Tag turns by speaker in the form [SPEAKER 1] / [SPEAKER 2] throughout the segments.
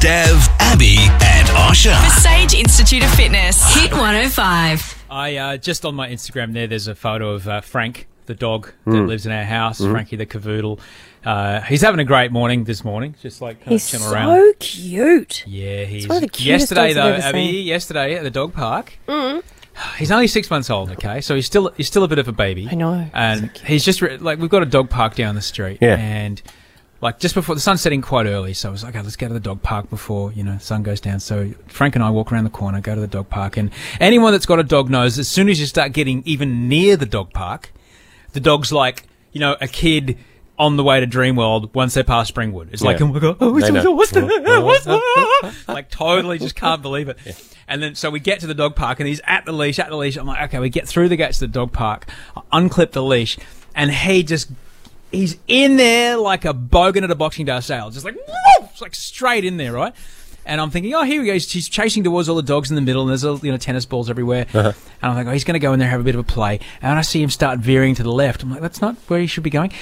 [SPEAKER 1] Dev, Abby, and
[SPEAKER 2] The
[SPEAKER 1] Osha.
[SPEAKER 2] Sage Institute of Fitness. Hit 105.
[SPEAKER 3] I uh, just on my Instagram there. There's a photo of uh, Frank, the dog that lives in our house. Frankie the cavoodle. Uh, he's having a great morning this morning. Just like kind
[SPEAKER 4] He's
[SPEAKER 3] of chilling
[SPEAKER 4] so
[SPEAKER 3] Uh, around.
[SPEAKER 4] cute.
[SPEAKER 3] Yeah, he's
[SPEAKER 4] one of the cutest
[SPEAKER 3] yesterday
[SPEAKER 4] dogs I've
[SPEAKER 3] though,
[SPEAKER 4] ever
[SPEAKER 3] Abby.
[SPEAKER 4] seen. Mm.
[SPEAKER 3] Yesterday at the dog park. He's only six months old. Okay, so he's still he's still a bit of a baby.
[SPEAKER 4] I know.
[SPEAKER 3] And he's just re- like we've got a dog park down the street.
[SPEAKER 5] Yeah.
[SPEAKER 3] And like just before the sun's setting quite early, so I was like, okay, let's go to the dog park before you know the sun goes down. So Frank and I walk around the corner, go to the dog park, and anyone that's got a dog knows as soon as you start getting even near the dog park, the dog's like you know a kid. On the way to Dreamworld, once they pass Springwood, it's like,
[SPEAKER 5] Yeah.
[SPEAKER 3] oh my god, oh, it's,
[SPEAKER 5] They know.
[SPEAKER 3] what's the, what's the, like totally just can't believe it. And then so we get to the dog park and he's at the leash, at the leash. I'm like, okay, we get through the gates to the dog park, I unclip the leash, and he just he's in there like a bogan at a boxing day sale, just like whoop, it's like straight in there, right? And I'm thinking, oh, here he goes. He's chasing towards all the dogs in the middle, and there's all, you know tennis balls everywhere. And I'm like, oh, he's going to go in there have a bit of a play. And I see him start veering to the left. I'm like, that's not where he should be going.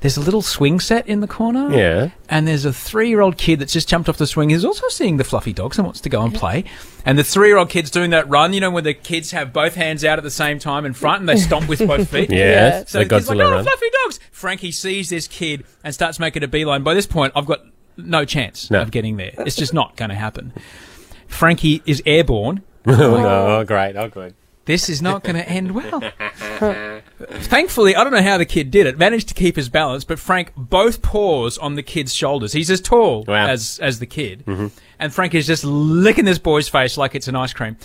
[SPEAKER 3] There's a little swing set in the corner
[SPEAKER 5] Yeah.
[SPEAKER 3] and there's a three-year-old kid that's just jumped off the swing. He's also seeing the fluffy dogs and wants to go and play. And the three-year-old kid's doing that run, you know, where the kids have both hands out at the same time in front and they stomp with both feet.
[SPEAKER 5] Yeah,
[SPEAKER 3] So
[SPEAKER 5] the
[SPEAKER 3] the kid's like,
[SPEAKER 5] Godzilla
[SPEAKER 3] "Oh,
[SPEAKER 5] run."
[SPEAKER 3] fluffy dogs!" Frankie sees this kid and starts making a beeline. By this point, I've got no chance
[SPEAKER 5] No.
[SPEAKER 3] of getting there. It's just not going to happen. Frankie is airborne.
[SPEAKER 5] Oh, great. Oh, good.
[SPEAKER 3] This is not going to end well. Thankfully, I don't know how the kid did it. Managed to keep his balance, but Frank both paws on the kid's shoulders. He's as tall
[SPEAKER 5] Wow.
[SPEAKER 3] as as the kid, and Frank is just licking this boy's face like it's an ice cream.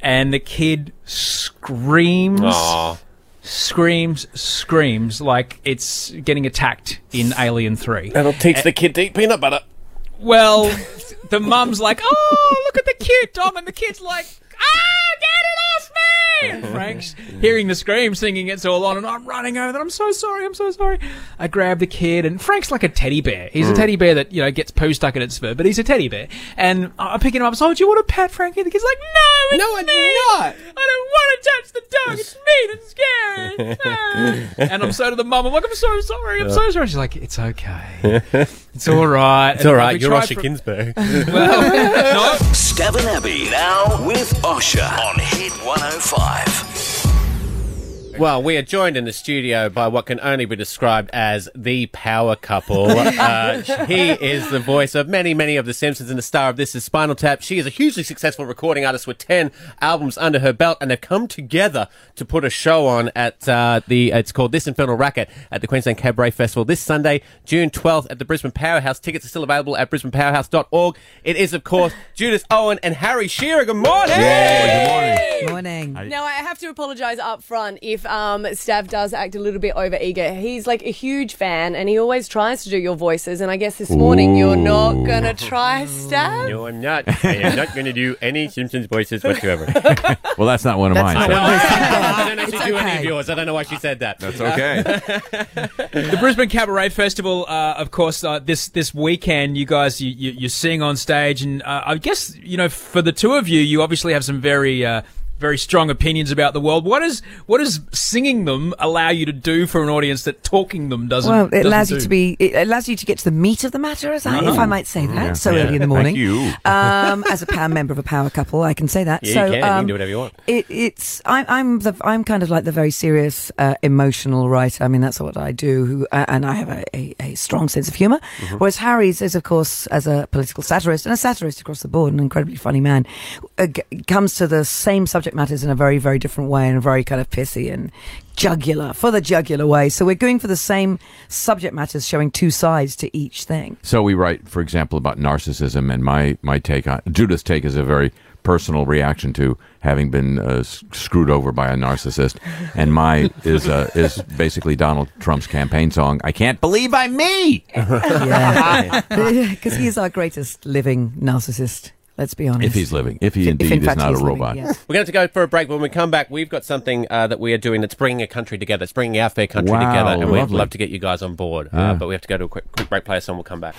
[SPEAKER 3] And the kid screams,
[SPEAKER 5] Oh,
[SPEAKER 3] screams, screams like it's getting attacked in Alien Three.
[SPEAKER 5] that'll teach the kid to eat peanut butter.
[SPEAKER 3] Well, the mum's like, "Oh, look at the kid, Dom," and the kid's like, "Ah, get it off me!" And Frank's hearing the scream, singing it's all on, and I'm running over. There. I'm so sorry. I'm so sorry. I grab the kid, and Frank's like a teddy bear. He's a teddy bear that you know gets poo stuck in its fur, but he's a teddy bear. And I I pick him up. So, oh, do you want to pet Frankie? The kid's like, "No, it's
[SPEAKER 5] No, I'm
[SPEAKER 3] me.
[SPEAKER 5] not."
[SPEAKER 3] I don't want to touch the dog. It's me that's scary." Ah. and I'm so to the mum. I'm like, "I'm so sorry. I'm so sorry." She's like, "It's okay. It's all right.
[SPEAKER 5] It's all right. You're Osher Ginsburg.
[SPEAKER 3] Well, no.
[SPEAKER 1] Stab and Abby, now with Osha on Hit 105.
[SPEAKER 5] Well, we are joined in the studio by what can only be described as the power couple. uh, he is the voice of many, many of The Simpsons and the star of This Is Spinal Tap. She is a hugely successful recording artist with 10 albums under her belt, and they've come together to put a show on at uh, the, it's called This Infernal Racket at the Queensland Cabaret Festival this Sunday, June 12th at the Brisbane Powerhouse. Tickets are still available at brisbanepowerhouse.org. It is, of course, Judith Owen and Harry Shearer. Good morning!
[SPEAKER 6] Morning.
[SPEAKER 4] Now I have to apologise up front if um, Stav does act a little bit over eager. He's like a huge fan, and he always tries to do your voices. And I guess this morning you're not gonna try, Stav.
[SPEAKER 5] No, I'm not. I am not going to do any Simpsons voices whatsoever.
[SPEAKER 7] Well, that's not one of mine. so-
[SPEAKER 5] I don't actually do any of
[SPEAKER 6] okay.
[SPEAKER 5] yours. I don't know why she said that.
[SPEAKER 7] That's okay.
[SPEAKER 3] the Brisbane Cabaret Festival, uh, of course, uh, this this weekend, you guys, you, you, you sing on stage, and uh, I guess you know for the two of you, you obviously have some very uh, very strong opinions about the world. What is what does singing them allow you to do for an audience that talking them doesn't?
[SPEAKER 6] Well, it
[SPEAKER 3] doesn't
[SPEAKER 6] allows
[SPEAKER 3] do?
[SPEAKER 6] you to be. It allows you to get to the meat of the matter, as I, if I might say
[SPEAKER 3] Mm-hmm.
[SPEAKER 6] that, so early in the morning.
[SPEAKER 7] you.
[SPEAKER 6] Um, as a power member of a power couple, I can say that.
[SPEAKER 5] Yeah, you
[SPEAKER 6] so
[SPEAKER 5] can. You can
[SPEAKER 6] um,
[SPEAKER 5] do whatever you want.
[SPEAKER 6] It, it's I'm I'm the I'm kind of like the very serious uh, emotional writer. I mean, that's what I do, who, uh, and I have a, a, a strong sense of humor.
[SPEAKER 5] Mm-hmm.
[SPEAKER 6] Whereas Harry's is, of course, as a political satirist and a satirist across the board, an incredibly funny man, uh, g- comes to the same subject matters in a very very different way, in a very kind of pithy and jugular for the jugular way. So we're going for the same subject matters, showing two sides to each thing.
[SPEAKER 7] So we write, for example, about narcissism, and my, my take on Judith's take is a very personal reaction to having been uh, s- screwed over by a narcissist, and my is uh, is basically Donald Trump's campaign song. I can't believe I'm me.
[SPEAKER 6] Yeah, because he is our greatest living narcissist. Let's be honest.
[SPEAKER 7] If he's living, if he
[SPEAKER 6] If in
[SPEAKER 7] indeed is
[SPEAKER 6] fact
[SPEAKER 7] not a
[SPEAKER 6] he's living,
[SPEAKER 7] robot.
[SPEAKER 6] yes.
[SPEAKER 5] We're going to have to go for a break. When we come back, we've got something uh, that we are doing that's bringing a country together. It's bringing our fair country
[SPEAKER 7] Wow,
[SPEAKER 5] together, and we'd
[SPEAKER 7] lovely.
[SPEAKER 5] love to get you guys on board. Uh, but we have to go to a quick, quick break, play a song. We'll come back.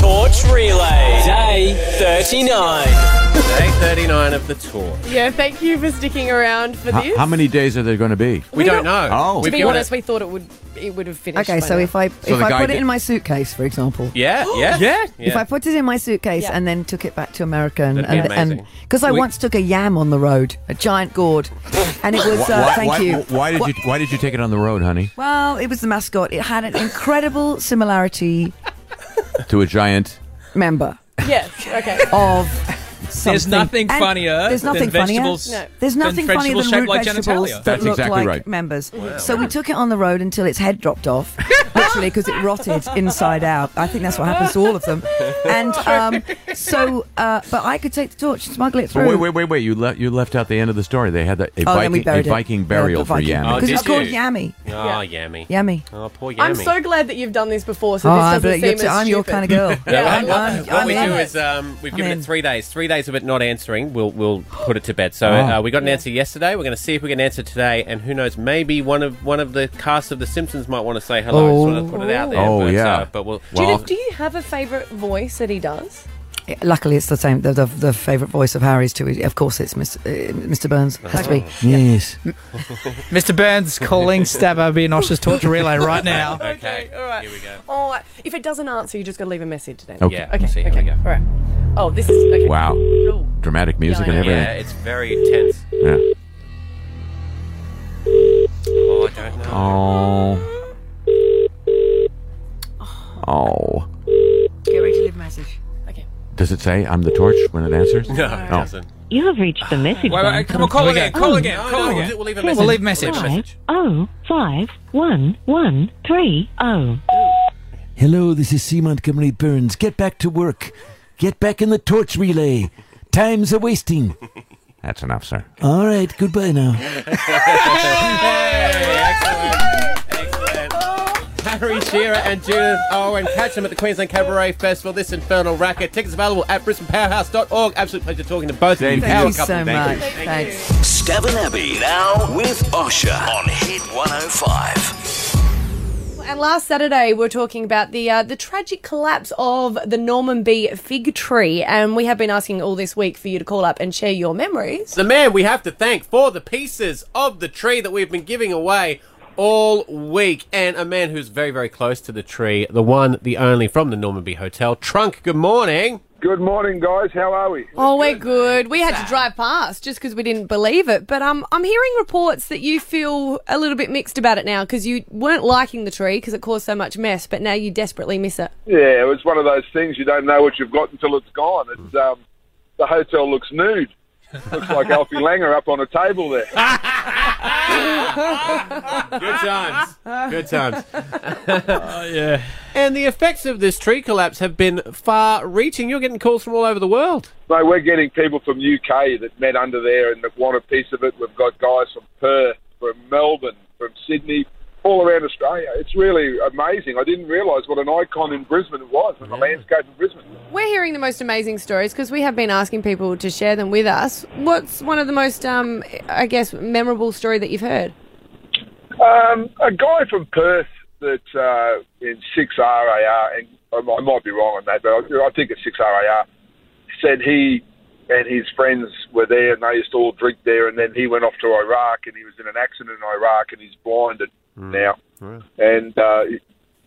[SPEAKER 8] Torch Relay. Day 39.
[SPEAKER 5] Day 39 of the tour.
[SPEAKER 4] Yeah, thank you for sticking around for
[SPEAKER 7] How,
[SPEAKER 4] this.
[SPEAKER 7] how many days are there going to be?
[SPEAKER 5] We, don't, know.
[SPEAKER 7] Oh.
[SPEAKER 5] We've
[SPEAKER 4] to be
[SPEAKER 5] given
[SPEAKER 4] honest,
[SPEAKER 5] it-
[SPEAKER 4] we thought it would it would have finished.
[SPEAKER 6] Okay,
[SPEAKER 4] by
[SPEAKER 6] so
[SPEAKER 4] now.
[SPEAKER 6] if I
[SPEAKER 7] So
[SPEAKER 6] if
[SPEAKER 7] the
[SPEAKER 6] I
[SPEAKER 7] guy
[SPEAKER 6] put it
[SPEAKER 7] did-
[SPEAKER 6] in my suitcase, for example,
[SPEAKER 5] yeah, yeah,
[SPEAKER 3] Yeah.
[SPEAKER 6] if I put it in my suitcase
[SPEAKER 4] Yeah.
[SPEAKER 6] and then took it back to America and
[SPEAKER 5] That'd be
[SPEAKER 6] and
[SPEAKER 5] amazing.
[SPEAKER 6] because I
[SPEAKER 3] We-
[SPEAKER 6] once took a yam on the road, a giant gourd, and it was uh, thank
[SPEAKER 7] why,
[SPEAKER 6] you.
[SPEAKER 7] Why did you Why did you take it on the road, honey?
[SPEAKER 6] Well, it was the mascot. It had an incredible similarity
[SPEAKER 7] To a giant.
[SPEAKER 6] member
[SPEAKER 4] yes, okay.
[SPEAKER 6] of. Something.
[SPEAKER 3] There's nothing
[SPEAKER 6] And
[SPEAKER 3] funnier
[SPEAKER 6] There's
[SPEAKER 3] than
[SPEAKER 6] nothing funnier.
[SPEAKER 3] vegetables.
[SPEAKER 4] No.
[SPEAKER 6] There's
[SPEAKER 3] than
[SPEAKER 6] nothing funnier
[SPEAKER 3] vegetables
[SPEAKER 6] than root
[SPEAKER 3] shaped like
[SPEAKER 6] vegetables
[SPEAKER 3] genitalia.
[SPEAKER 6] that
[SPEAKER 7] That's
[SPEAKER 6] look
[SPEAKER 7] exactly
[SPEAKER 6] like
[SPEAKER 7] right.
[SPEAKER 6] members. So we took it on the road until its head dropped off, literally because it rotted inside out. I think that's what happens to all of them. And um, so, uh, but I could take the torch and smuggle it
[SPEAKER 7] But
[SPEAKER 6] through.
[SPEAKER 7] wait, wait, wait, wait! You left you left out the end of the story. They had that a
[SPEAKER 6] Oh, then we
[SPEAKER 7] Viking, a
[SPEAKER 6] buried it.
[SPEAKER 7] Viking burial
[SPEAKER 6] Yeah, the
[SPEAKER 7] for
[SPEAKER 6] Viking.
[SPEAKER 7] Yammy.
[SPEAKER 5] Oh,
[SPEAKER 6] Because
[SPEAKER 5] did
[SPEAKER 6] it's called
[SPEAKER 5] you?
[SPEAKER 6] Yammy.
[SPEAKER 5] Oh, yummy.
[SPEAKER 6] Yummy.
[SPEAKER 5] Oh, poor yummy.
[SPEAKER 4] I'm so glad that you've done this before, so
[SPEAKER 6] Oh,
[SPEAKER 4] this
[SPEAKER 6] I
[SPEAKER 4] doesn't
[SPEAKER 6] bet
[SPEAKER 4] seem
[SPEAKER 6] you're
[SPEAKER 4] as
[SPEAKER 6] t- I'm your
[SPEAKER 4] stupid.
[SPEAKER 6] kind of girl.
[SPEAKER 5] No,
[SPEAKER 4] I'm-
[SPEAKER 5] what-
[SPEAKER 4] I'm-
[SPEAKER 5] what we
[SPEAKER 4] I'm
[SPEAKER 5] do
[SPEAKER 4] in.
[SPEAKER 5] is um, we've
[SPEAKER 6] I'm
[SPEAKER 5] given
[SPEAKER 6] in.
[SPEAKER 5] it three days. Three days of it not answering. We'll we'll put it to bed. So
[SPEAKER 7] Oh.
[SPEAKER 5] uh, we got an answer yesterday. We're going to see if we can answer today. And who knows? Maybe one of one of the cast of The Simpsons might want to say hello. I just want to put it out there.
[SPEAKER 7] Oh,
[SPEAKER 5] but,
[SPEAKER 7] yeah.
[SPEAKER 5] Uh, but we'll.
[SPEAKER 4] Do you,
[SPEAKER 7] Well-
[SPEAKER 4] do you have a favourite voice that he does?
[SPEAKER 6] Luckily, it's the same. The, the, the favourite voice of Harry's too. Of course, it's Mr. Uh, Mr. Burns. Has to be.
[SPEAKER 7] Yes.
[SPEAKER 9] Mr. Burns calling Stabbo Binoche's torture relay right now.
[SPEAKER 5] okay.
[SPEAKER 4] all right.
[SPEAKER 5] Here we go.
[SPEAKER 4] Oh, if it doesn't answer, you just got to leave a message then.
[SPEAKER 7] Okay.
[SPEAKER 5] Yeah.
[SPEAKER 4] Okay.
[SPEAKER 5] See, here
[SPEAKER 4] okay.
[SPEAKER 5] we go.
[SPEAKER 4] All right. Oh, this is okay.
[SPEAKER 7] Wow.
[SPEAKER 4] Ooh.
[SPEAKER 7] Dramatic music
[SPEAKER 4] Yeah,
[SPEAKER 7] and
[SPEAKER 4] I know.
[SPEAKER 5] Yeah,
[SPEAKER 7] everything.
[SPEAKER 5] it's very tense.
[SPEAKER 7] Yeah.
[SPEAKER 5] Oh, I don't know.
[SPEAKER 7] Oh. Oh.
[SPEAKER 6] Get ready to leave a message.
[SPEAKER 4] Okay.
[SPEAKER 7] Does it say I'm the torch when it answers?
[SPEAKER 5] No, it
[SPEAKER 7] Oh.
[SPEAKER 5] doesn't.
[SPEAKER 10] You have reached the message
[SPEAKER 3] Wait, wait,
[SPEAKER 10] line.
[SPEAKER 3] come on, call
[SPEAKER 9] Here we
[SPEAKER 3] again,
[SPEAKER 9] go.
[SPEAKER 3] call again,
[SPEAKER 5] No,
[SPEAKER 3] call
[SPEAKER 5] no,
[SPEAKER 3] again.
[SPEAKER 5] We'll leave a
[SPEAKER 10] Seven,
[SPEAKER 5] message.
[SPEAKER 9] We'll leave message.
[SPEAKER 5] We'll leave a message.
[SPEAKER 10] Oh, five, one, one, three, oh.
[SPEAKER 11] Hello, this is C. Montgomery Burns. Get back to work. Get back in the torch relay. Time's a wasting.
[SPEAKER 7] That's enough, sir.
[SPEAKER 11] All right, goodbye now.
[SPEAKER 5] Excellent. Harry Shearer and Judith Owen. Catch them at the Queensland Cabaret Festival this infernal racket. Tickets available at bristolpowerhouse.org. Absolute pleasure talking to both
[SPEAKER 7] Thank
[SPEAKER 5] of you.
[SPEAKER 7] you.
[SPEAKER 5] Power
[SPEAKER 6] Thank you
[SPEAKER 5] couple.
[SPEAKER 6] so
[SPEAKER 5] Thank you.
[SPEAKER 6] much. Thanks.
[SPEAKER 1] Stabbin' Abbey now with Osha on Hit 105.
[SPEAKER 4] And last Saturday, we were talking about the uh, the tragic collapse of the Norman B. fig tree, and we have been asking all this week for you to call up and share your memories.
[SPEAKER 5] The man we have to thank for the pieces of the tree that we've been giving away all week. And a man who's very, very close to the tree, the one, the only from the Normanby Hotel. Trunk, good morning.
[SPEAKER 12] Good morning, guys. How are we?
[SPEAKER 4] Oh, we're good. We had to drive past just because we didn't believe it. But um, I'm hearing reports that you feel a little bit mixed about it now because you weren't liking the tree because it caused so much mess, but now you desperately miss it.
[SPEAKER 12] Yeah, it was one of those things you don't know what you've got until it's gone. It's, um, the hotel looks nude. Looks like Alfie Langer up on a table there.
[SPEAKER 5] Good times. Good times. Oh, And the effects of this tree collapse have been far reaching. You're getting calls from all over the world.
[SPEAKER 12] No, we're getting people from UK that met under there and that want a piece of it. We've got guys from Perth, from Melbourne, from Sydney, all around Australia. It's really amazing. I didn't realise what an icon in Brisbane it was and the landscape in Brisbane.
[SPEAKER 4] We're hearing the most amazing stories because we have been asking people to share them with us. What's one of the most, um, I guess, memorable story that you've heard?
[SPEAKER 12] Um, a guy from Perth that uh, in six RAR, and I might- I might be wrong on that, but I, I think it's six RAR. Said he and his friends were there, and they used to all drink there, and then he went off to Iraq, and he was in an accident in Iraq, and he's blinded now. And uh, it-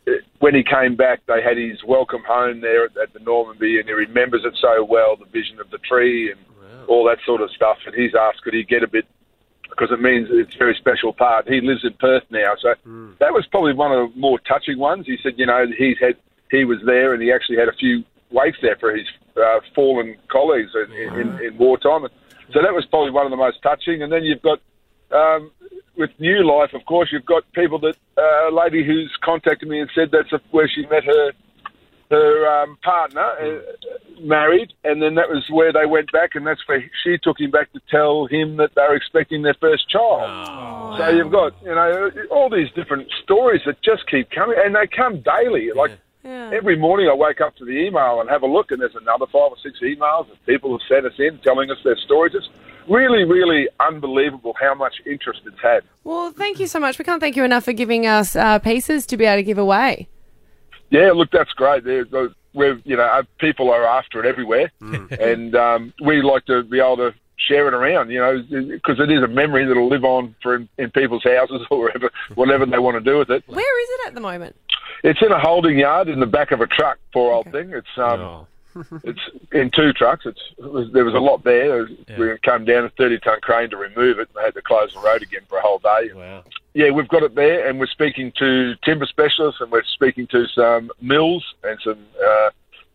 [SPEAKER 12] it- when he came back, they had his welcome home there at, at the Normanby, and he remembers it so well—the vision of the tree and all that sort of stuff. And he's asked, could he get a bit because it means it's a very special part. He lives in Perth now, so that was probably one of the more touching ones. He said, you know, he's had he was there and he actually had a few wakes there for his uh, fallen colleagues in, in, in wartime. So that was probably one of the most touching. And then you've got um, with New Life, of course, you've got people that uh, a lady who's contacted me and said that's where she met her her um, partner uh, married, and then that was where they went back, and that's where she took him back to tell him that they were expecting their first child. so you've got you know all these different stories that just keep coming, and they come daily. Like every morning, I wake up to the email and have a look, and there's another five or six emails that people have sent us in telling us their stories. It's really, really unbelievable how much interest it's had.
[SPEAKER 4] Well, thank you so much. We can't thank you enough for giving us uh, pieces to be able to give away.
[SPEAKER 12] Yeah, look, that's great. There, the, we're you know our people are after it everywhere, and um, we like to be able to share it around, you know, because it is a memory that'll live on for in, in people's houses or wherever, whatever they want to do with it.
[SPEAKER 4] Where is it at the moment?
[SPEAKER 12] It's in a holding yard in the back of a truck. Poor old thing. It's um,
[SPEAKER 5] Oh.
[SPEAKER 12] it's in two trucks. It's it was, there was a lot there. We came down a thirty ton crane to remove it. and They had to close the road again for a whole day. Wow. Yeah, we've got it there, and we're speaking to timber specialists, and we're speaking to some mills and some uh,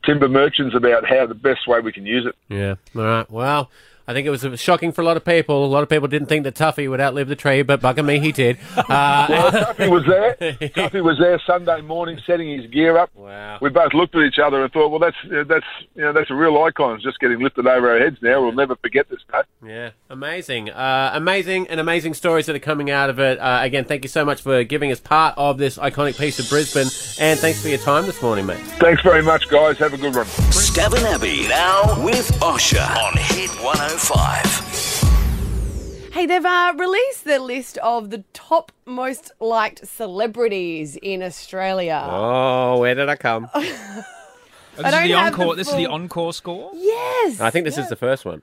[SPEAKER 12] timber merchants about how the best way we can use it.
[SPEAKER 5] Yeah. All right. Well, I think it was shocking for a lot of people. A lot of people didn't think that Tuffy would outlive the tree, but bugger me, he did.
[SPEAKER 12] well,
[SPEAKER 5] Uh,
[SPEAKER 12] Tuffy was there. Tuffy was there Sunday morning, setting his gear up. Wow. We both looked at each other and thought, "Well, that's you know, that's you know that's a real icon. It's just getting lifted over our heads now. We'll never forget this day."
[SPEAKER 5] yeah. Amazing. Uh, amazing and amazing stories that are coming out of it. Uh, again, thank you so much for giving us part of this iconic piece of Brisbane, and thanks for your time this morning, mate.
[SPEAKER 12] Thanks very much, guys. Have a good one.
[SPEAKER 1] Stabbin' Abbey now with Osher on Hit 105.
[SPEAKER 4] Hey, they've uh, released the list of the top most liked celebrities in Australia.
[SPEAKER 5] Oh, where did I come?
[SPEAKER 3] This
[SPEAKER 4] I
[SPEAKER 3] is
[SPEAKER 4] don't
[SPEAKER 3] the
[SPEAKER 4] have the
[SPEAKER 3] encore. this is the
[SPEAKER 4] full-
[SPEAKER 3] encore score.
[SPEAKER 4] Yes.
[SPEAKER 5] I think this is the first one.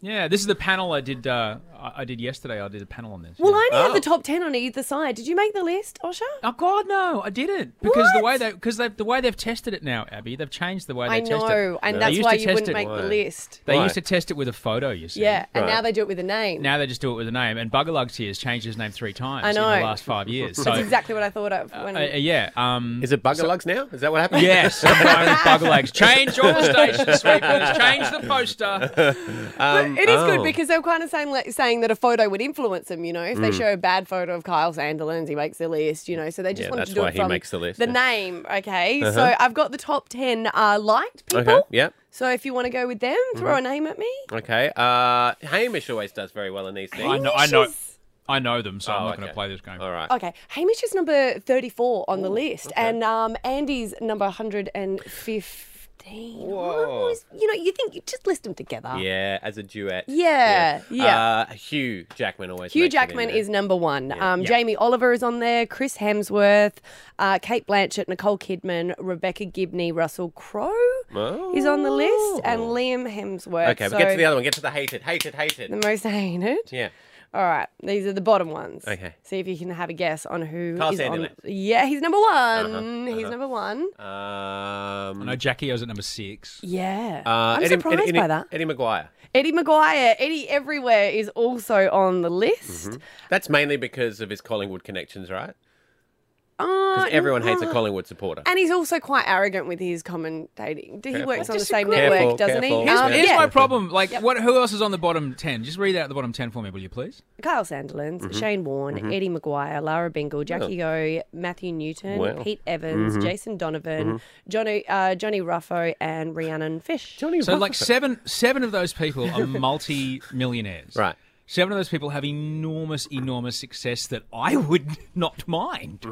[SPEAKER 3] Yeah, this is the panel I did. Uh, I I did yesterday. I did a panel on this.
[SPEAKER 4] Well, I only
[SPEAKER 3] Oh.
[SPEAKER 4] have the top ten on either side. Did you make the list, Osha?
[SPEAKER 3] Oh God, no, I didn't. Because the way they because the way they've tested it now, Abby, they've changed the way Oh, they
[SPEAKER 4] I
[SPEAKER 3] test it.
[SPEAKER 4] know, and
[SPEAKER 3] They
[SPEAKER 4] that's
[SPEAKER 3] used
[SPEAKER 4] why
[SPEAKER 3] to
[SPEAKER 4] you
[SPEAKER 3] test
[SPEAKER 4] wouldn't
[SPEAKER 3] it-
[SPEAKER 4] make the list.
[SPEAKER 3] They
[SPEAKER 4] Why?
[SPEAKER 3] used to test it with a photo, you see.
[SPEAKER 4] Yeah, and now they do it with a name.
[SPEAKER 3] now they just do it with a name. And Buggerlugs here has changed his name three times
[SPEAKER 4] I know.
[SPEAKER 3] in the last five years.
[SPEAKER 4] That's
[SPEAKER 3] So
[SPEAKER 4] exactly what I thought of when.
[SPEAKER 3] uh, uh, yeah, um,
[SPEAKER 5] is it Buggerlugs now? Is that what happened?
[SPEAKER 3] Yes, I'm going with Buggerlugs. Change all the station sweepers. Change the poster.
[SPEAKER 5] Um,
[SPEAKER 4] It is good
[SPEAKER 5] oh.
[SPEAKER 4] because they were kind of saying like, saying that a photo would influence them. You know, if they
[SPEAKER 5] Mm.
[SPEAKER 4] show a bad photo of Kyle Sandilands, he makes the list. You know, so they just
[SPEAKER 5] Yeah,
[SPEAKER 4] wanted
[SPEAKER 5] that's
[SPEAKER 4] to do
[SPEAKER 5] why
[SPEAKER 4] it
[SPEAKER 5] he
[SPEAKER 4] from
[SPEAKER 5] makes the list, yeah.
[SPEAKER 4] name. Okay, so
[SPEAKER 5] Uh-huh.
[SPEAKER 4] I've got the top ten uh, liked people.
[SPEAKER 5] Okay. Yep.
[SPEAKER 4] So if you want to go with them, throw
[SPEAKER 5] Mhm.
[SPEAKER 4] a name at me.
[SPEAKER 5] Okay. Uh, Hamish always does very well in these things.
[SPEAKER 4] I know- I know- Hamish
[SPEAKER 3] I know them, so
[SPEAKER 5] I'm not going to play
[SPEAKER 3] this game.
[SPEAKER 5] Oh, All right.
[SPEAKER 4] Okay, Hamish is number thirty-four on the list, and um, Andy's number one hundred and fifteen. Whoa. You know, you think you just list them together.
[SPEAKER 5] Yeah, as a duet.
[SPEAKER 4] Yeah, yeah.
[SPEAKER 5] Uh, Hugh Jackman always.
[SPEAKER 4] Hugh
[SPEAKER 5] makes it in
[SPEAKER 4] Jackman
[SPEAKER 5] there.
[SPEAKER 4] is number one. Um,
[SPEAKER 5] Yeah.
[SPEAKER 4] Jamie Oliver is on there. Chris Hemsworth, uh, Kate Blanchett, Nicole Kidman, Rebecca Gibney, Russell Crowe
[SPEAKER 5] Oh.
[SPEAKER 4] is on the list, and Liam Hemsworth.
[SPEAKER 5] Okay, but
[SPEAKER 4] so
[SPEAKER 5] get to the other one. Get to the hated, hated, hated.
[SPEAKER 4] The most hated.
[SPEAKER 5] Yeah.
[SPEAKER 4] All right, these are the bottom ones.
[SPEAKER 5] Okay.
[SPEAKER 4] See if you can have a guess on who
[SPEAKER 5] Carl
[SPEAKER 4] is on.
[SPEAKER 5] Sandilands.
[SPEAKER 4] Yeah, he's number one.
[SPEAKER 5] Uh-huh,
[SPEAKER 4] He's
[SPEAKER 5] uh-huh.
[SPEAKER 4] number one.
[SPEAKER 5] Um,
[SPEAKER 3] I know Jackie O's at number six.
[SPEAKER 4] Yeah.
[SPEAKER 5] Uh,
[SPEAKER 4] I'm
[SPEAKER 5] Eddie,
[SPEAKER 4] surprised
[SPEAKER 5] Eddie,
[SPEAKER 4] by that.
[SPEAKER 5] Eddie Maguire.
[SPEAKER 4] Eddie Maguire, Eddie Everywhere is also on the list.
[SPEAKER 5] Mhm. That's mainly because of his Collingwood connections, right?
[SPEAKER 4] Uh,
[SPEAKER 5] Because everyone hates a
[SPEAKER 4] uh,
[SPEAKER 5] Collingwood supporter.
[SPEAKER 4] And he's also quite arrogant with his commentating. He
[SPEAKER 5] Careful.
[SPEAKER 4] works
[SPEAKER 5] I
[SPEAKER 4] on the same
[SPEAKER 5] disagree.
[SPEAKER 4] network,
[SPEAKER 5] Careful,
[SPEAKER 4] doesn't
[SPEAKER 5] careful.
[SPEAKER 4] he?
[SPEAKER 5] Here's-
[SPEAKER 4] Um,
[SPEAKER 3] Here's
[SPEAKER 4] yeah.
[SPEAKER 3] my problem. Like, what? Who else is on the bottom ten? Just read out the bottom ten for me, will you, please?
[SPEAKER 4] Kyle Sandilands,
[SPEAKER 3] Mhm.
[SPEAKER 4] Shane Warne,
[SPEAKER 3] Mhm.
[SPEAKER 4] Eddie Maguire, Lara Bingle,
[SPEAKER 3] Oh.
[SPEAKER 4] Jackie O, Matthew Newton,
[SPEAKER 3] Wow.
[SPEAKER 4] Pete Evans,
[SPEAKER 3] Mhm.
[SPEAKER 4] Jason Donovan,
[SPEAKER 3] Mhm.
[SPEAKER 4] Johnny uh, Johnny Ruffo, and Rhiannon Fish.
[SPEAKER 5] Johnny
[SPEAKER 3] So, like seven, seven of those people are multi-millionaires. Right. Seven of those people have enormous, enormous success that I would not mind.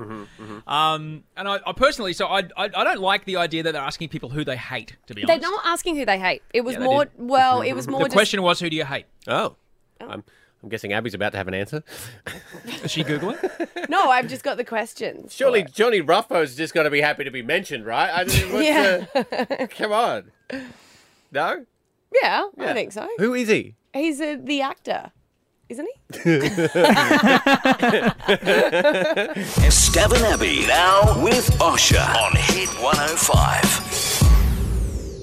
[SPEAKER 3] Um, and I, I personally, so I, I, I don't like the idea that they're asking people who they hate. To be
[SPEAKER 4] They're
[SPEAKER 3] honest,
[SPEAKER 4] not asking who they hate. It was
[SPEAKER 3] Yeah, they
[SPEAKER 4] more.
[SPEAKER 3] did. Mm-hmm.
[SPEAKER 4] Well, it was more.
[SPEAKER 3] The
[SPEAKER 4] just-
[SPEAKER 3] question was, who do you hate?
[SPEAKER 5] Oh, I'm, I'm guessing Abby's about to have an answer.
[SPEAKER 3] Is she googling?
[SPEAKER 4] no, I've just got the questions.
[SPEAKER 5] Surely Johnny Ruffo's just got to be happy to be mentioned, right? I mean, what's
[SPEAKER 4] Yeah.
[SPEAKER 5] the- come on. No.
[SPEAKER 4] Yeah, I
[SPEAKER 5] Yeah.
[SPEAKER 4] think so.
[SPEAKER 5] Who is he?
[SPEAKER 4] He's uh, the actor, isn't he?
[SPEAKER 1] Stabbin' Abbey now with Osher on Hit 105.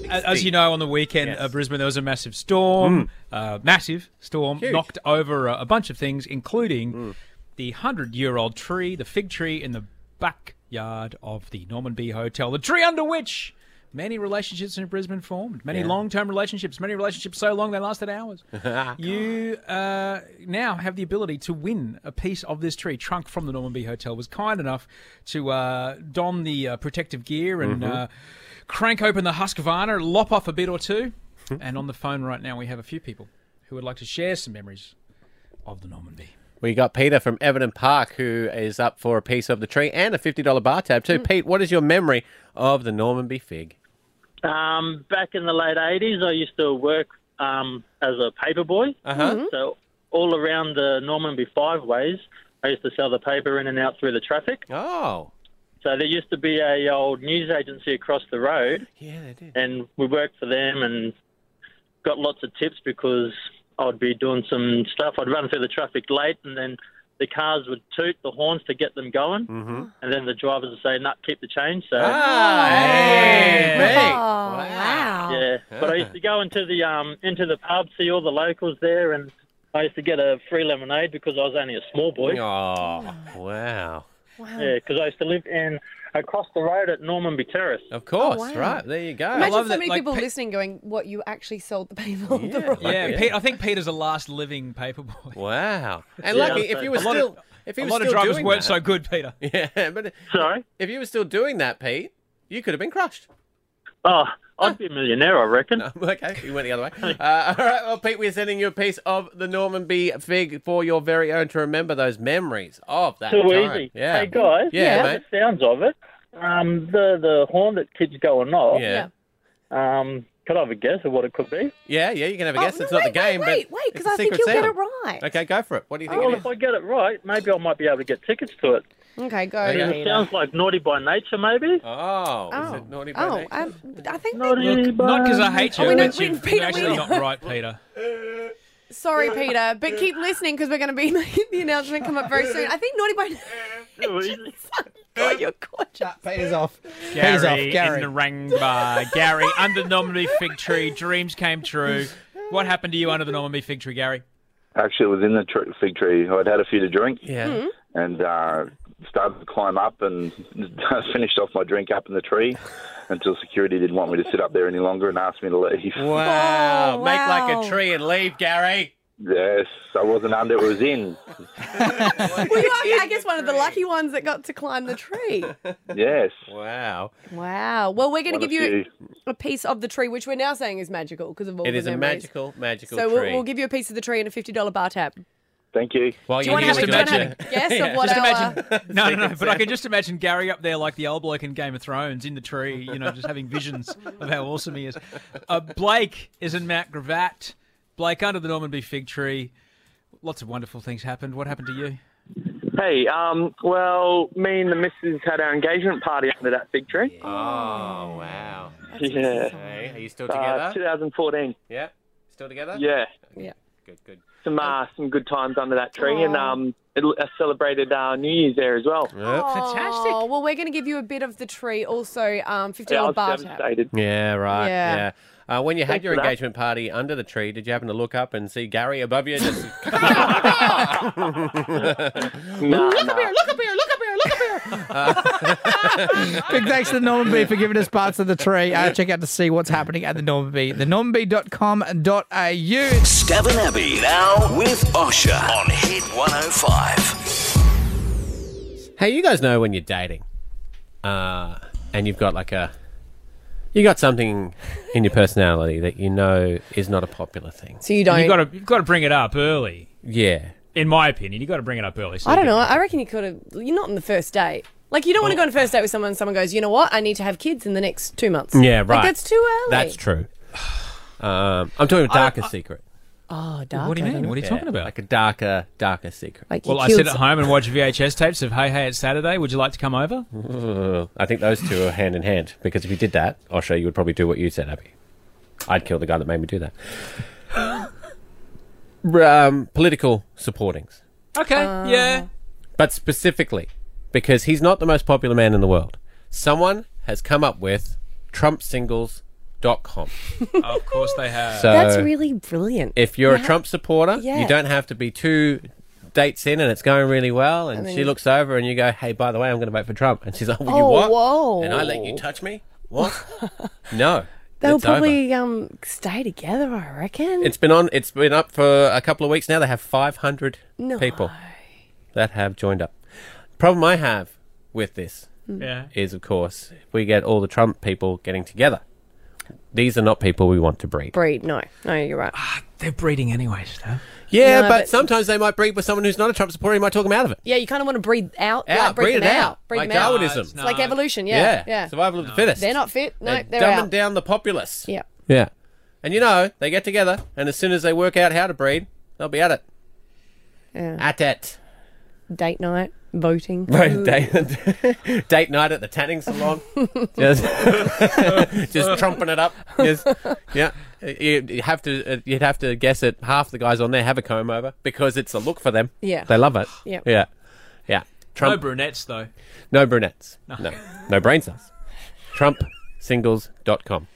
[SPEAKER 3] A- As you know, on the weekend uh, Brisbane, there was a massive storm, uh, massive storm,
[SPEAKER 1] Huge.
[SPEAKER 3] knocked over a, a bunch of things, including the hundred-year-old tree, the fig tree in the backyard of the Norman B Hotel, the tree under which many relationships in Brisbane formed, many
[SPEAKER 5] Yeah.
[SPEAKER 3] long-term relationships, many relationships so long they lasted hours. You uh, now have the ability to win a piece of this tree. Trunk from the Norman B Hotel was kind enough to uh, don the uh, protective gear and
[SPEAKER 5] Mhm.
[SPEAKER 3] uh, crank open the Husqvarna, lop off a bit or two. and on the phone right now, we have a few people who would like to share some memories of the Norman B.
[SPEAKER 5] We got Peter from Everton Park who is up for a piece of the tree and a $50 bar tab too. Pete, what is your memory of the Normanby fig?
[SPEAKER 13] Um, back in the late eighties, I used to work um, as a paper boy.
[SPEAKER 5] Uh-huh. Mhm.
[SPEAKER 13] So all around the Normanby Five Ways, I used to sell the paper in and out through the traffic.
[SPEAKER 5] Oh.
[SPEAKER 13] So there used to be a old news agency across the road. Uh,
[SPEAKER 5] Yeah, they did.
[SPEAKER 13] and we worked for them and got lots of tips because I'd be doing some stuff. I'd run through the traffic late, and then the cars would toot the horns to get them going,
[SPEAKER 5] Mhm.
[SPEAKER 13] and then the drivers would say, "Not keep the change." So
[SPEAKER 5] Ah.
[SPEAKER 4] Oh.
[SPEAKER 13] yeah, but I used to go into the um into the pub, see all the locals there, and I used to get a free lemonade because I was only a small boy.
[SPEAKER 5] Oh, wow.
[SPEAKER 13] Yeah, because I used to live in across the road at Normanby Terrace.
[SPEAKER 5] Of course,
[SPEAKER 4] wow.
[SPEAKER 5] right. There you go.
[SPEAKER 4] Imagine so many people listening going, "What you actually sold the people the wrong
[SPEAKER 3] Yeah,
[SPEAKER 5] Yeah.
[SPEAKER 3] Pete, I think Peter's the last living paperboy.
[SPEAKER 5] Wow. And
[SPEAKER 3] Yeah,
[SPEAKER 5] lucky, if
[SPEAKER 3] so-
[SPEAKER 5] you were
[SPEAKER 3] A lot
[SPEAKER 5] still.
[SPEAKER 3] of-
[SPEAKER 5] if you
[SPEAKER 3] a
[SPEAKER 5] were
[SPEAKER 3] lot of
[SPEAKER 5] still
[SPEAKER 3] drivers
[SPEAKER 5] doing
[SPEAKER 3] weren't
[SPEAKER 5] that-
[SPEAKER 3] so good, Peter.
[SPEAKER 5] Yeah, but.
[SPEAKER 13] Sorry?
[SPEAKER 5] If you were still doing that, Pete, you could have been crushed.
[SPEAKER 13] Oh, I'd be a millionaire, I reckon.
[SPEAKER 5] okay, you went the other way. Uh, all right, well, Pete, we're sending you a piece of the Norman B. fig for your very own to remember those memories of that
[SPEAKER 13] Too
[SPEAKER 5] time.
[SPEAKER 13] easy.
[SPEAKER 5] Yeah.
[SPEAKER 13] Hey guys,
[SPEAKER 5] Yeah, mate.
[SPEAKER 13] the sounds of it. Um, the the horn that keeps going off.
[SPEAKER 5] Yeah.
[SPEAKER 13] Um, could I have a guess of what it could be?
[SPEAKER 5] Yeah, yeah, you can have a
[SPEAKER 13] Oh,
[SPEAKER 5] guess.
[SPEAKER 13] no,
[SPEAKER 5] it's not
[SPEAKER 13] wait,
[SPEAKER 5] the game,
[SPEAKER 13] wait, wait,
[SPEAKER 5] but
[SPEAKER 13] wait, 'cause
[SPEAKER 5] it's a
[SPEAKER 13] I think
[SPEAKER 5] secret
[SPEAKER 13] you'll get
[SPEAKER 5] sound.
[SPEAKER 4] it right.
[SPEAKER 5] Okay, go for it. What do you think?
[SPEAKER 13] Well,
[SPEAKER 5] it is?
[SPEAKER 13] Oh, if I get it right, maybe I might be able to get tickets to it.
[SPEAKER 4] Okay, go.
[SPEAKER 13] Because It sounds like naughty by nature, maybe.
[SPEAKER 5] Oh,
[SPEAKER 4] Oh, oh I, I think.
[SPEAKER 13] Naughty
[SPEAKER 4] Look,
[SPEAKER 13] by
[SPEAKER 3] Not because I hate you,
[SPEAKER 4] Oh, we know-
[SPEAKER 3] but you,
[SPEAKER 4] we- Peter,
[SPEAKER 3] are actually
[SPEAKER 4] we-
[SPEAKER 3] not right, Peter.
[SPEAKER 4] Sorry, Peter, but keep listening because we're going to be making the announcement come up very soon. I think Naughty by Nature. God, you're gorgeous.
[SPEAKER 9] Peter's off. Peter's off.
[SPEAKER 3] Gary,
[SPEAKER 9] Gary.
[SPEAKER 3] in the ring bar. Gary under the Normandy fig tree. Dreams came true. What happened to you under the Normandy fig tree, Gary?
[SPEAKER 14] Actually, within the tr- fig tree, I'd had a few to drink.
[SPEAKER 5] Yeah.
[SPEAKER 13] hmm.
[SPEAKER 14] And uh, started to climb up and finished off my drink up in the tree until security didn't want me to sit up there any longer and asked me to leave.
[SPEAKER 5] Wow. Make like
[SPEAKER 14] wow.
[SPEAKER 5] a tree and leave, Gary.
[SPEAKER 14] Yes, I wasn't under, it was in.
[SPEAKER 4] Well, you are, I guess, one of the lucky ones that got to climb the tree.
[SPEAKER 14] Yes.
[SPEAKER 5] Wow.
[SPEAKER 4] Wow. Well, we're going
[SPEAKER 5] One
[SPEAKER 4] to
[SPEAKER 5] of
[SPEAKER 4] give you a piece of the tree, which we're now saying is magical because of all
[SPEAKER 5] It
[SPEAKER 4] the
[SPEAKER 5] is a
[SPEAKER 4] memories.
[SPEAKER 5] magical, magical
[SPEAKER 4] So
[SPEAKER 5] tree.
[SPEAKER 4] we'll, we'll give you a piece of the tree and a fifty dollar bar tab.
[SPEAKER 14] Thank you.
[SPEAKER 5] Well,
[SPEAKER 4] Do you want to have, a- do you wanna have a guess of what
[SPEAKER 3] Just
[SPEAKER 4] our
[SPEAKER 3] imagine. No, no, no. But I can just imagine Gary up there like the old bloke in Game of Thrones in the tree, you know, just having visions of how awesome he is. Uh, Blake is in Mount Gravatt. Blake under the Normanby fig tree. Lots of wonderful things happened. What happened to you?
[SPEAKER 15] Hey, um, well, me and the missus had our engagement party under that fig tree.
[SPEAKER 5] Oh, wow.
[SPEAKER 15] Yeah.
[SPEAKER 5] Hey, are you still
[SPEAKER 15] Uh,
[SPEAKER 5] together?
[SPEAKER 15] 2014.
[SPEAKER 5] yeah. Still together?
[SPEAKER 15] Yeah.
[SPEAKER 4] Yeah.
[SPEAKER 5] Good, good.
[SPEAKER 15] Some uh, some good times under that tree, and
[SPEAKER 4] Aw.
[SPEAKER 15] um, it, I celebrated uh, New Year's there as well.
[SPEAKER 4] Fantastic. Oh, well, we're going to give you a bit of the tree, also um, fifty
[SPEAKER 15] Yeah, I
[SPEAKER 4] dollar
[SPEAKER 15] was
[SPEAKER 4] bar tab.
[SPEAKER 15] devastated.
[SPEAKER 5] Yeah, right. Yeah.
[SPEAKER 4] Yeah.
[SPEAKER 5] Uh, when you had
[SPEAKER 15] Thanks
[SPEAKER 5] your
[SPEAKER 15] for that.
[SPEAKER 5] engagement party under the tree, did you happen to look up and see Gary above you? Just...
[SPEAKER 15] look up here,
[SPEAKER 5] look up here, look up here, look up here.
[SPEAKER 9] Big thanks to the Norman B for giving us parts of the tree. Uh, check out to see what's happening at the Norman B. The normanb.com.au.
[SPEAKER 1] Stabbin Abbey now with Osher on Hit 105.
[SPEAKER 5] Hey, you guys know when you're dating, uh, and you've got like a, you got something in your personality that you know is not a popular thing.
[SPEAKER 4] So you don't.
[SPEAKER 3] You've got to, you've got to bring it up early.
[SPEAKER 5] Yeah.
[SPEAKER 3] In my opinion, you've got to bring it up early. so
[SPEAKER 4] I
[SPEAKER 3] you
[SPEAKER 4] don't
[SPEAKER 3] can-
[SPEAKER 4] know. I reckon you could have. You're not on the first date. Like you don't want to go on a first date with someone. and Someone goes, you know what? I need to have kids in the next two months.
[SPEAKER 5] Yeah, right.
[SPEAKER 4] Like that's too early.
[SPEAKER 5] That's true. Um, I'm talking a darker secret.
[SPEAKER 4] Oh, dark.
[SPEAKER 3] What do you mean? What are you
[SPEAKER 5] Yeah,
[SPEAKER 3] talking about?
[SPEAKER 5] Like a darker, darker secret.
[SPEAKER 4] Like
[SPEAKER 3] Well, I sit at home uh, and watch VHS tapes of Hey Hey It's Saturday. Would you like to come over?
[SPEAKER 5] Uh, I think those two are hand in hand because if you did that, Osho, you would probably do what you said, Abby. I'd kill the guy that made me do that. um, political supportings,
[SPEAKER 3] Okay. yeah.
[SPEAKER 5] but specifically because he's not the most popular man in the world. Someone has come up with TrumpSingles.com.
[SPEAKER 3] of course they have.
[SPEAKER 5] So-
[SPEAKER 4] That's really brilliant.
[SPEAKER 5] If you're
[SPEAKER 4] Yeah.
[SPEAKER 5] a Trump supporter, you
[SPEAKER 4] Yeah.
[SPEAKER 5] don't have to be two dates in and it's going really well. And,
[SPEAKER 4] And then
[SPEAKER 5] she
[SPEAKER 4] you-
[SPEAKER 5] looks over and you go, hey, by the way, I'm going to vote for Trump. And she's like, well, you
[SPEAKER 4] oh,
[SPEAKER 5] what?
[SPEAKER 4] whoa!
[SPEAKER 5] And I let you touch me? What? no.
[SPEAKER 4] They'll
[SPEAKER 5] it's over.
[SPEAKER 4] probably um stay together. I reckon.
[SPEAKER 5] It's been on. It's been up for a couple of weeks now. They have 500
[SPEAKER 4] No.
[SPEAKER 5] people that have joined up. Problem I have with this
[SPEAKER 3] Mm. Yeah.
[SPEAKER 5] is, of course, we get all the Trump people getting together. These are not people we want to breed.
[SPEAKER 4] breed. No, no, you're right.
[SPEAKER 3] They're breeding anyways, though.
[SPEAKER 5] Yeah,
[SPEAKER 4] No,
[SPEAKER 5] but,
[SPEAKER 4] but-
[SPEAKER 5] sometimes they might breed with someone who's not a Trump supporter. He might talk them out of it.
[SPEAKER 4] Yeah, you kind of want to breathe out.
[SPEAKER 5] Out,
[SPEAKER 4] like, breathe,
[SPEAKER 5] breathe
[SPEAKER 4] them
[SPEAKER 5] it
[SPEAKER 4] out.
[SPEAKER 5] out,
[SPEAKER 4] Breathe
[SPEAKER 5] like
[SPEAKER 4] them out.
[SPEAKER 5] Darwinism.
[SPEAKER 4] It's like
[SPEAKER 5] No.
[SPEAKER 4] evolution. Yeah, yeah.
[SPEAKER 5] Survival of the fittest.
[SPEAKER 4] They're not fit. No, they're,
[SPEAKER 5] dumbing
[SPEAKER 4] out.
[SPEAKER 5] down the populace.
[SPEAKER 4] Yeah.
[SPEAKER 5] Yeah. And you know, they get together, and as soon as they work out how to breed, they'll be at it.
[SPEAKER 4] Yeah.
[SPEAKER 5] At it.
[SPEAKER 4] date night, voting.
[SPEAKER 5] date, date night at the tanning salon. just, just trumping it up. Just, yeah, you, you have to. uh, You'd have to guess it. Half the guys on there have a comb over because it's a look for them.
[SPEAKER 3] Yeah.
[SPEAKER 5] they love it.
[SPEAKER 3] Yep.
[SPEAKER 5] yeah, yeah.
[SPEAKER 3] No brunettes though.
[SPEAKER 5] No brunettes.
[SPEAKER 3] No.
[SPEAKER 5] No. No, brain cells. TrumpSingles.com.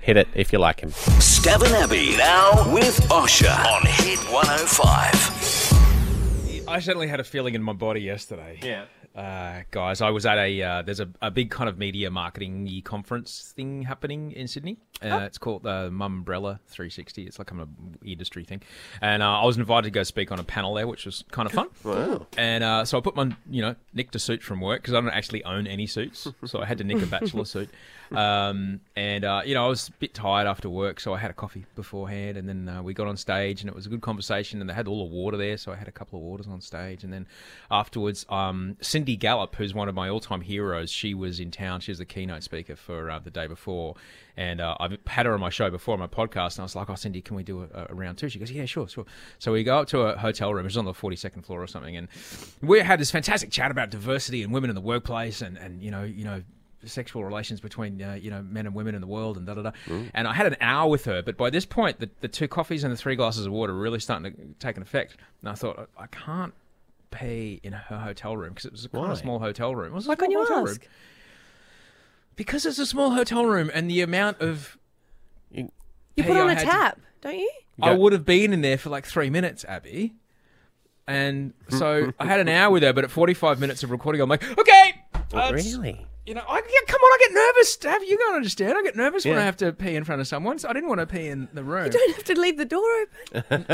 [SPEAKER 5] Hit it if you like him.
[SPEAKER 1] Stab and Abby now with Osher on Hit 105.
[SPEAKER 3] I certainly had a feeling in my body yesterday. Yeah. Uh, guys, I was at a uh, there's a, a big kind of media marketing conference thing happening in Sydney. Uh, It's called the Mumbrella 360. It's like kind of an industry thing, and uh, I was invited to go speak on a panel there, which was kind of fun.
[SPEAKER 16] Wow.
[SPEAKER 3] And uh, so I put my you know nicked a suit from work because I don't actually own any suits, so I had to nick a bachelor suit. Um, and uh, you know I was a bit tired after work, so I had a coffee beforehand, and then uh, we got on stage, and it was a good conversation. And they had all the water there, so I had a couple of waters on stage. And then uh, afterwards, um, Cindy Gallup, who's one of my all-time heroes, she was in town. She was the keynote speaker for uh, the day before, and uh, I've had her on my show before on my podcast, and I was like, "Oh, Cindy, can we do a, a round two? She goes, "Yeah, sure, sure." So we go up to a hotel room. It was on the forty-second floor or something, and we had this fantastic chat about diversity and women in the workplace, and and you know, you know. Sexual relations between uh, you know men and women in the world and da da da,
[SPEAKER 17] Mm.
[SPEAKER 3] and I had an hour with her. But by this point, the, the two coffees and the three glasses of water were really starting to take an effect. And I thought, I I can't pay in her hotel room because it was a kind
[SPEAKER 17] Why?
[SPEAKER 3] of small hotel room. It was a
[SPEAKER 17] Why couldn't
[SPEAKER 3] small
[SPEAKER 17] you
[SPEAKER 3] hotel
[SPEAKER 17] ask?
[SPEAKER 3] Room. Because it's a small hotel room, and the amount of
[SPEAKER 17] You
[SPEAKER 3] pee
[SPEAKER 17] put on
[SPEAKER 3] I
[SPEAKER 17] a
[SPEAKER 3] had to-
[SPEAKER 17] tap, don't you?
[SPEAKER 3] I would have been in there for like three minutes, Abby. And so I had an hour with her, but at 45 minutes of recording, I'm like, okay. uh,
[SPEAKER 5] Oh, really?
[SPEAKER 3] You know, I, yeah, come on, I get nervous, Stav. You don't understand. I get nervous when
[SPEAKER 5] Yeah.
[SPEAKER 3] I have to pee in front of someone, so I didn't want to pee in the room.
[SPEAKER 17] You don't have to leave the door open.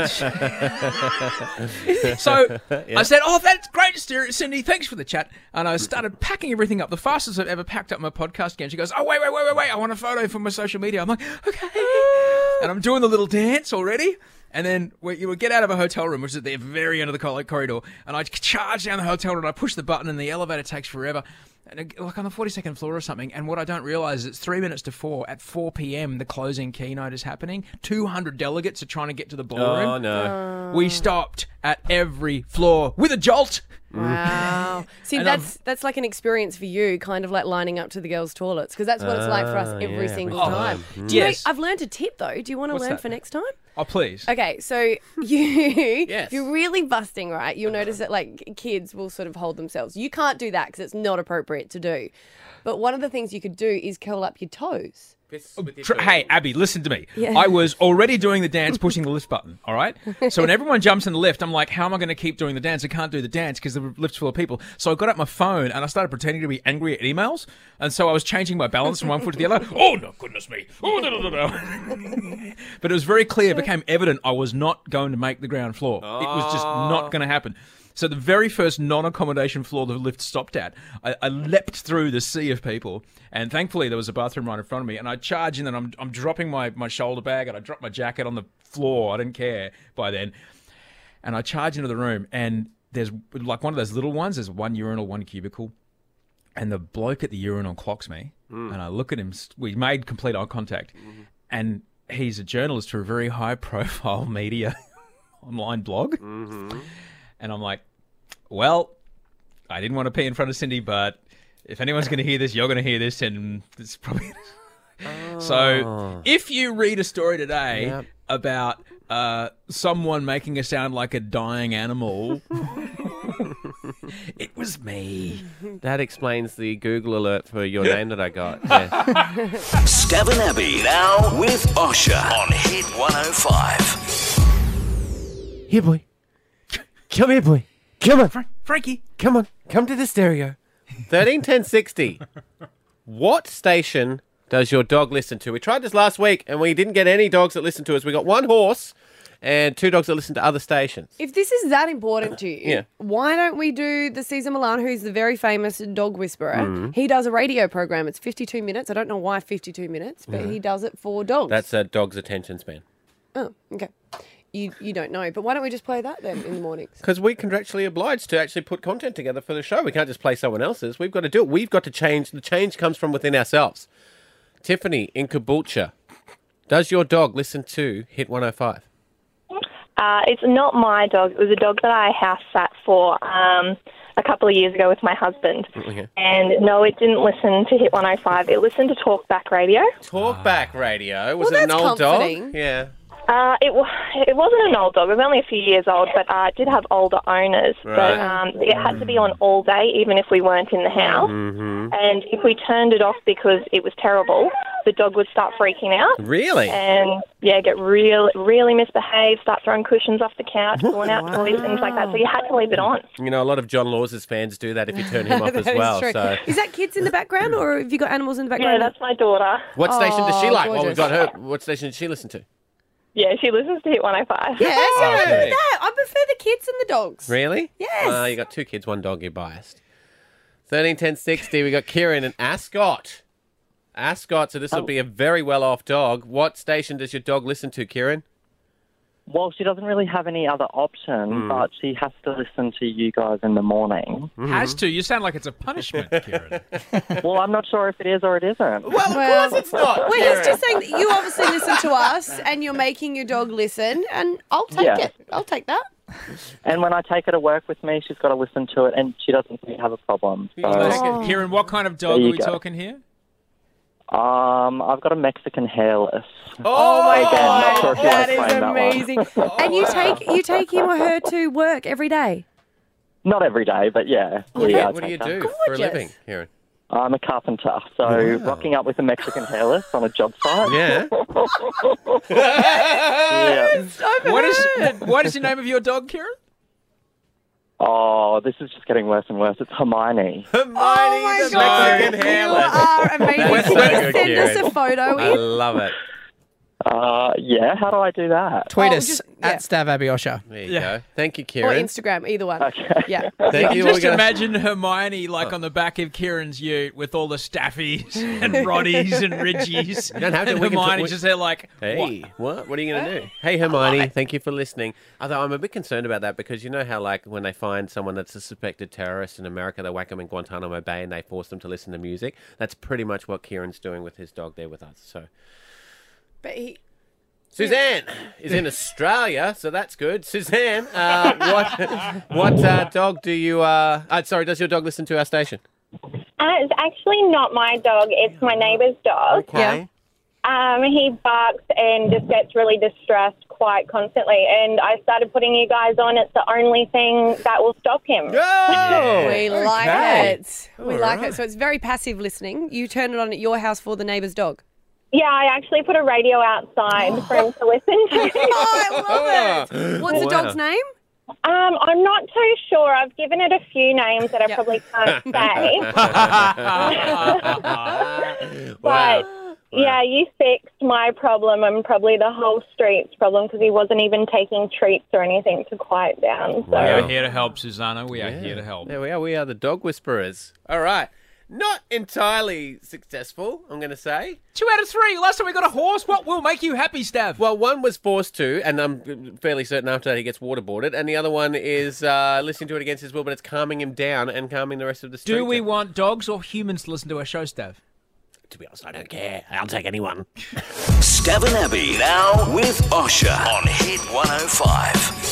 [SPEAKER 3] So
[SPEAKER 5] Yeah.
[SPEAKER 3] I said, "Oh, that's great, Stu- Cindy. Thanks for the chat." And I started packing everything up the fastest I've ever packed up my podcast game. She goes, "Oh, wait, wait, wait, wait, wait! I want a photo for my social media." I'm like, "Okay," and I'm doing the little dance already. And then we, you would get out of a hotel room, which is at the very end of the cor- corridor, and I charge down the hotel room. I push the button, and the elevator takes forever. And it- like on the 42nd floor or something. And what I don't realize is it's three minutes to four. At 4 p.m., the closing keynote is happening. 200 delegates are trying to get to the ballroom.
[SPEAKER 5] Oh, no.
[SPEAKER 4] Mm.
[SPEAKER 3] We stopped at every floor with a jolt.
[SPEAKER 4] Wow. See,
[SPEAKER 3] Mm. And
[SPEAKER 4] that's that's like an experience for you, kind of like lining up to the girls' toilets, because that's what it's like for us
[SPEAKER 3] Ah,
[SPEAKER 4] every
[SPEAKER 3] yeah,
[SPEAKER 4] single
[SPEAKER 3] every
[SPEAKER 4] time.
[SPEAKER 3] time.
[SPEAKER 4] Do you
[SPEAKER 3] Yes.
[SPEAKER 4] know, Mm. I've learned a tip though. Do you want to
[SPEAKER 3] What's
[SPEAKER 4] learn
[SPEAKER 3] that?
[SPEAKER 4] for next time?
[SPEAKER 3] Oh, please.
[SPEAKER 4] Okay, so you you're really busting, right? You'll notice
[SPEAKER 3] Uh-huh.
[SPEAKER 4] that like kids will sort of hold themselves. You can't do that because it's not appropriate to do. But one of the things you could do is curl up your toes.
[SPEAKER 3] Tr- hey, Abby, listen to me.
[SPEAKER 4] Yeah.
[SPEAKER 3] I was already doing the dance, pushing the lift button. All right. So when everyone jumps in the lift, I'm like, how am I going to keep doing the dance? I can't do the dance because the lift's full of people. So I got up my phone and I started pretending to be angry at emails. And so I was changing my balance from one foot to the other. Oh no, goodness me. Oh no, no, no, no. but it was very clear. It became evident I was not going to make the ground floor. It was just not going to happen. So the very first non-accommodation floor the lift stopped at, I, I leapt through the sea of people, and thankfully there was a bathroom right in front of me. And I charge in, and I'm I'm dropping my my shoulder bag, and I drop my jacket on the floor. I didn't care by then, and I charge into the room, and there's like one of those little ones. There's one urinal, one cubicle, and the bloke at the urinal clocks me, and I look at him. s- We made complete eye contact, and he's a journalist for a very high profile media online blog. And I'm like, well, I didn't want to pee in front of Cindy, but if anyone's going to hear this, you're going to hear this, and it's probably. So if you read a story today
[SPEAKER 17] Yep.
[SPEAKER 3] about uh, someone making a sound like a dying animal, it was me.
[SPEAKER 5] That explains the Google alert for your name that I got. Yeah.
[SPEAKER 1] Stab and Abby now with Osher on Hit 105.
[SPEAKER 5] Here, boy. Come here, boy. Come on.
[SPEAKER 3] Frankie.
[SPEAKER 5] Come on. Come to the stereo. 131060. what station does your dog listen to? We tried this last week and we didn't get any dogs that listened to us. We got one horse and two dogs that listen to other stations.
[SPEAKER 4] If this is that important to you,
[SPEAKER 5] Yeah.
[SPEAKER 4] why don't we do the Caesar Milan, who's the very famous dog whisperer?
[SPEAKER 5] Mhm.
[SPEAKER 4] He does a radio program. It's 52 minutes. I don't know why 52 minutes, but
[SPEAKER 5] Yeah.
[SPEAKER 4] he does it for dogs.
[SPEAKER 5] That's a dog's attention span.
[SPEAKER 4] oh, okay. You, you don't know, but why don't we just play that then in the mornings?
[SPEAKER 5] Because we contractually obliged to actually put content together for the show. We can't just play someone else's. We've got to do it. We've got to change. The change comes from within ourselves. oh Tiffany in Caboolture. Does your dog listen to Hit 105?
[SPEAKER 16] Uh, it's not my dog. It was a dog that I house sat for um, a couple of years ago with my husband.
[SPEAKER 5] Okay.
[SPEAKER 16] And no, it didn't listen to Hit 105. It listened to Talkback Radio.
[SPEAKER 5] Talkback radio was
[SPEAKER 16] Well,
[SPEAKER 5] it an
[SPEAKER 16] that's
[SPEAKER 5] old dog.
[SPEAKER 16] comforting.
[SPEAKER 5] Yeah.
[SPEAKER 16] Uh, it wa- it wasn't an old dog. It was only a few years old, but uh, it did have older owners.
[SPEAKER 5] Right.
[SPEAKER 16] But um, it had to be on all day, even if we weren't in the house.
[SPEAKER 5] Mm-hmm.
[SPEAKER 16] And if we turned it off because it was terrible, the dog would start freaking out.
[SPEAKER 5] Really?
[SPEAKER 16] And yeah, get real, really misbehave, start throwing cushions off the couch, pulling out toys, things like that. So you had to leave it on.
[SPEAKER 5] You know, a lot of John Laws' fans do that if you turn him off as
[SPEAKER 17] That is
[SPEAKER 5] well.
[SPEAKER 17] true.
[SPEAKER 5] So,
[SPEAKER 17] Is that kids in the background, or have you got animals in the background?
[SPEAKER 16] that's my daughter.
[SPEAKER 5] what station does she
[SPEAKER 17] Oh,
[SPEAKER 5] like? Well, we've
[SPEAKER 17] gorgeous.
[SPEAKER 5] got her. What station did she listen to?
[SPEAKER 16] Yeah, she listens to Hit 105.
[SPEAKER 17] Yeah, so
[SPEAKER 5] Oh,
[SPEAKER 17] I
[SPEAKER 5] okay.
[SPEAKER 17] prefer that. I prefer the kids and the dogs.
[SPEAKER 5] Really?
[SPEAKER 17] Yes.
[SPEAKER 5] Uh, you got two kids, one dog. You're biased. Thirteen ten sixty. We got Kieran and Ascot. Ascot. So this will be a very well-off dog. What station does your dog listen to, Kieran?
[SPEAKER 18] Well, she doesn't really have any other option, but she has to listen to you guys in the morning.
[SPEAKER 3] Has to. You sound like it's a punishment, Kieran.
[SPEAKER 18] well, I'm not sure if it is or it isn't.
[SPEAKER 17] Well,
[SPEAKER 3] of course it's not,
[SPEAKER 17] Well,
[SPEAKER 3] Karen.
[SPEAKER 17] he's just saying that you obviously listen to us, and you're making your dog listen, and I'll take
[SPEAKER 18] Yeah.
[SPEAKER 17] it. I'll take that.
[SPEAKER 18] And when I take her to work with me, she's got to listen to it, and she doesn't really have a problem. So,
[SPEAKER 3] Kieran, what kind of
[SPEAKER 18] Oh. There
[SPEAKER 3] dog are
[SPEAKER 18] you
[SPEAKER 3] we
[SPEAKER 18] go.
[SPEAKER 3] talking here?
[SPEAKER 18] um, I've got a Mexican hairless.
[SPEAKER 17] Oh
[SPEAKER 18] my Again, not God, sure if you wanna
[SPEAKER 17] that
[SPEAKER 18] that is
[SPEAKER 17] is
[SPEAKER 18] explain that one.
[SPEAKER 17] amazing.
[SPEAKER 18] amazing.
[SPEAKER 17] and you take you take him or her to work every day.
[SPEAKER 18] Not every day, but yeah. we,
[SPEAKER 5] What, do, you,
[SPEAKER 18] uh,
[SPEAKER 5] what do
[SPEAKER 18] take
[SPEAKER 5] you
[SPEAKER 18] her.
[SPEAKER 5] do for a living, Kieran?
[SPEAKER 18] I'm a carpenter, so
[SPEAKER 5] Wow.
[SPEAKER 18] rocking up with a Mexican hairless on a job site.
[SPEAKER 5] Yeah.
[SPEAKER 18] yeah.
[SPEAKER 3] What is what is the name of your dog, Kieran?
[SPEAKER 18] Oh, this is just getting worse and worse. It's Hermione.
[SPEAKER 5] Hermione
[SPEAKER 17] Oh my
[SPEAKER 5] the
[SPEAKER 17] God,
[SPEAKER 5] Mexican
[SPEAKER 17] you
[SPEAKER 5] hairless.
[SPEAKER 17] are amazing.
[SPEAKER 5] That's so
[SPEAKER 17] Please
[SPEAKER 5] good,
[SPEAKER 17] send us
[SPEAKER 5] Kieran.
[SPEAKER 17] a photo
[SPEAKER 5] I
[SPEAKER 17] in.
[SPEAKER 5] love it.
[SPEAKER 18] Uh, yeah, how do I do that?
[SPEAKER 9] Tweet
[SPEAKER 17] Oh,
[SPEAKER 9] us
[SPEAKER 17] just- yeah.
[SPEAKER 9] at Stav Abiosha.
[SPEAKER 5] There you go. Thank you, Kieran.
[SPEAKER 17] Or Instagram, either one. Yeah.
[SPEAKER 5] Thank you.
[SPEAKER 3] Just
[SPEAKER 5] We're gonna-
[SPEAKER 3] imagine Hermione like on the back of Kieran's ute with all the staffies and Roddies and Ridgies.
[SPEAKER 5] You don't have to.
[SPEAKER 3] And
[SPEAKER 5] We can
[SPEAKER 3] Hermione's
[SPEAKER 5] talk- we-
[SPEAKER 3] just there like,
[SPEAKER 5] Hey, what? What, are you going to do? Hey, Hermione, thank you for listening. Although I'm a bit concerned about that because you know how, like, when they find someone that's a suspected terrorist in America, they whack them in Guantanamo Bay and they force them to listen to music. That's pretty much what Kieran's doing with his dog there with us. So
[SPEAKER 17] But he,
[SPEAKER 5] Suzanne is in Australia, so that's good. Suzanne, uh, what what uh, dog do you? Uh, uh, sorry, does your dog listen to our station?
[SPEAKER 16] Uh, it's actually not my dog. It's my neighbour's dog.
[SPEAKER 5] Yeah.
[SPEAKER 16] Um, he barks and just gets really distressed quite constantly. And I started putting you guys on. It's the only thing that will stop him.
[SPEAKER 5] Oh!
[SPEAKER 17] we like it. We like it. So it's very passive listening. You turn it on at your house for the neighbour's dog.
[SPEAKER 16] Yeah, I actually put a radio outside for him to listen to.
[SPEAKER 17] I
[SPEAKER 5] Oh, love it.
[SPEAKER 17] What's the
[SPEAKER 5] Wow.
[SPEAKER 17] dog's name?
[SPEAKER 16] Um, I'm not too sure. I've given it a few names that I probably can't say. but yeah, you fixed my problem and probably the whole street's problem because he wasn't even taking treats or anything to quiet down. So.
[SPEAKER 3] "We are here to help, Susanna. We are here to help."
[SPEAKER 5] There we are. We are the dog whisperers. All right. Not entirely successful, I'm going to say.
[SPEAKER 3] Two out of three. Last time we got a horse. What will make you happy, Stav?
[SPEAKER 5] Well, one was forced to, and I'm fairly certain after that he gets waterboarded. And the other one is uh, listening to it against his will, but it's calming him down and calming the rest of the street.
[SPEAKER 3] Do we
[SPEAKER 5] down.
[SPEAKER 3] want dogs or humans to listen to our show, Stav?
[SPEAKER 5] To be honest, I don't care. I'll take anyone.
[SPEAKER 1] oh Stav and Abbey now with Osha on Hit 105.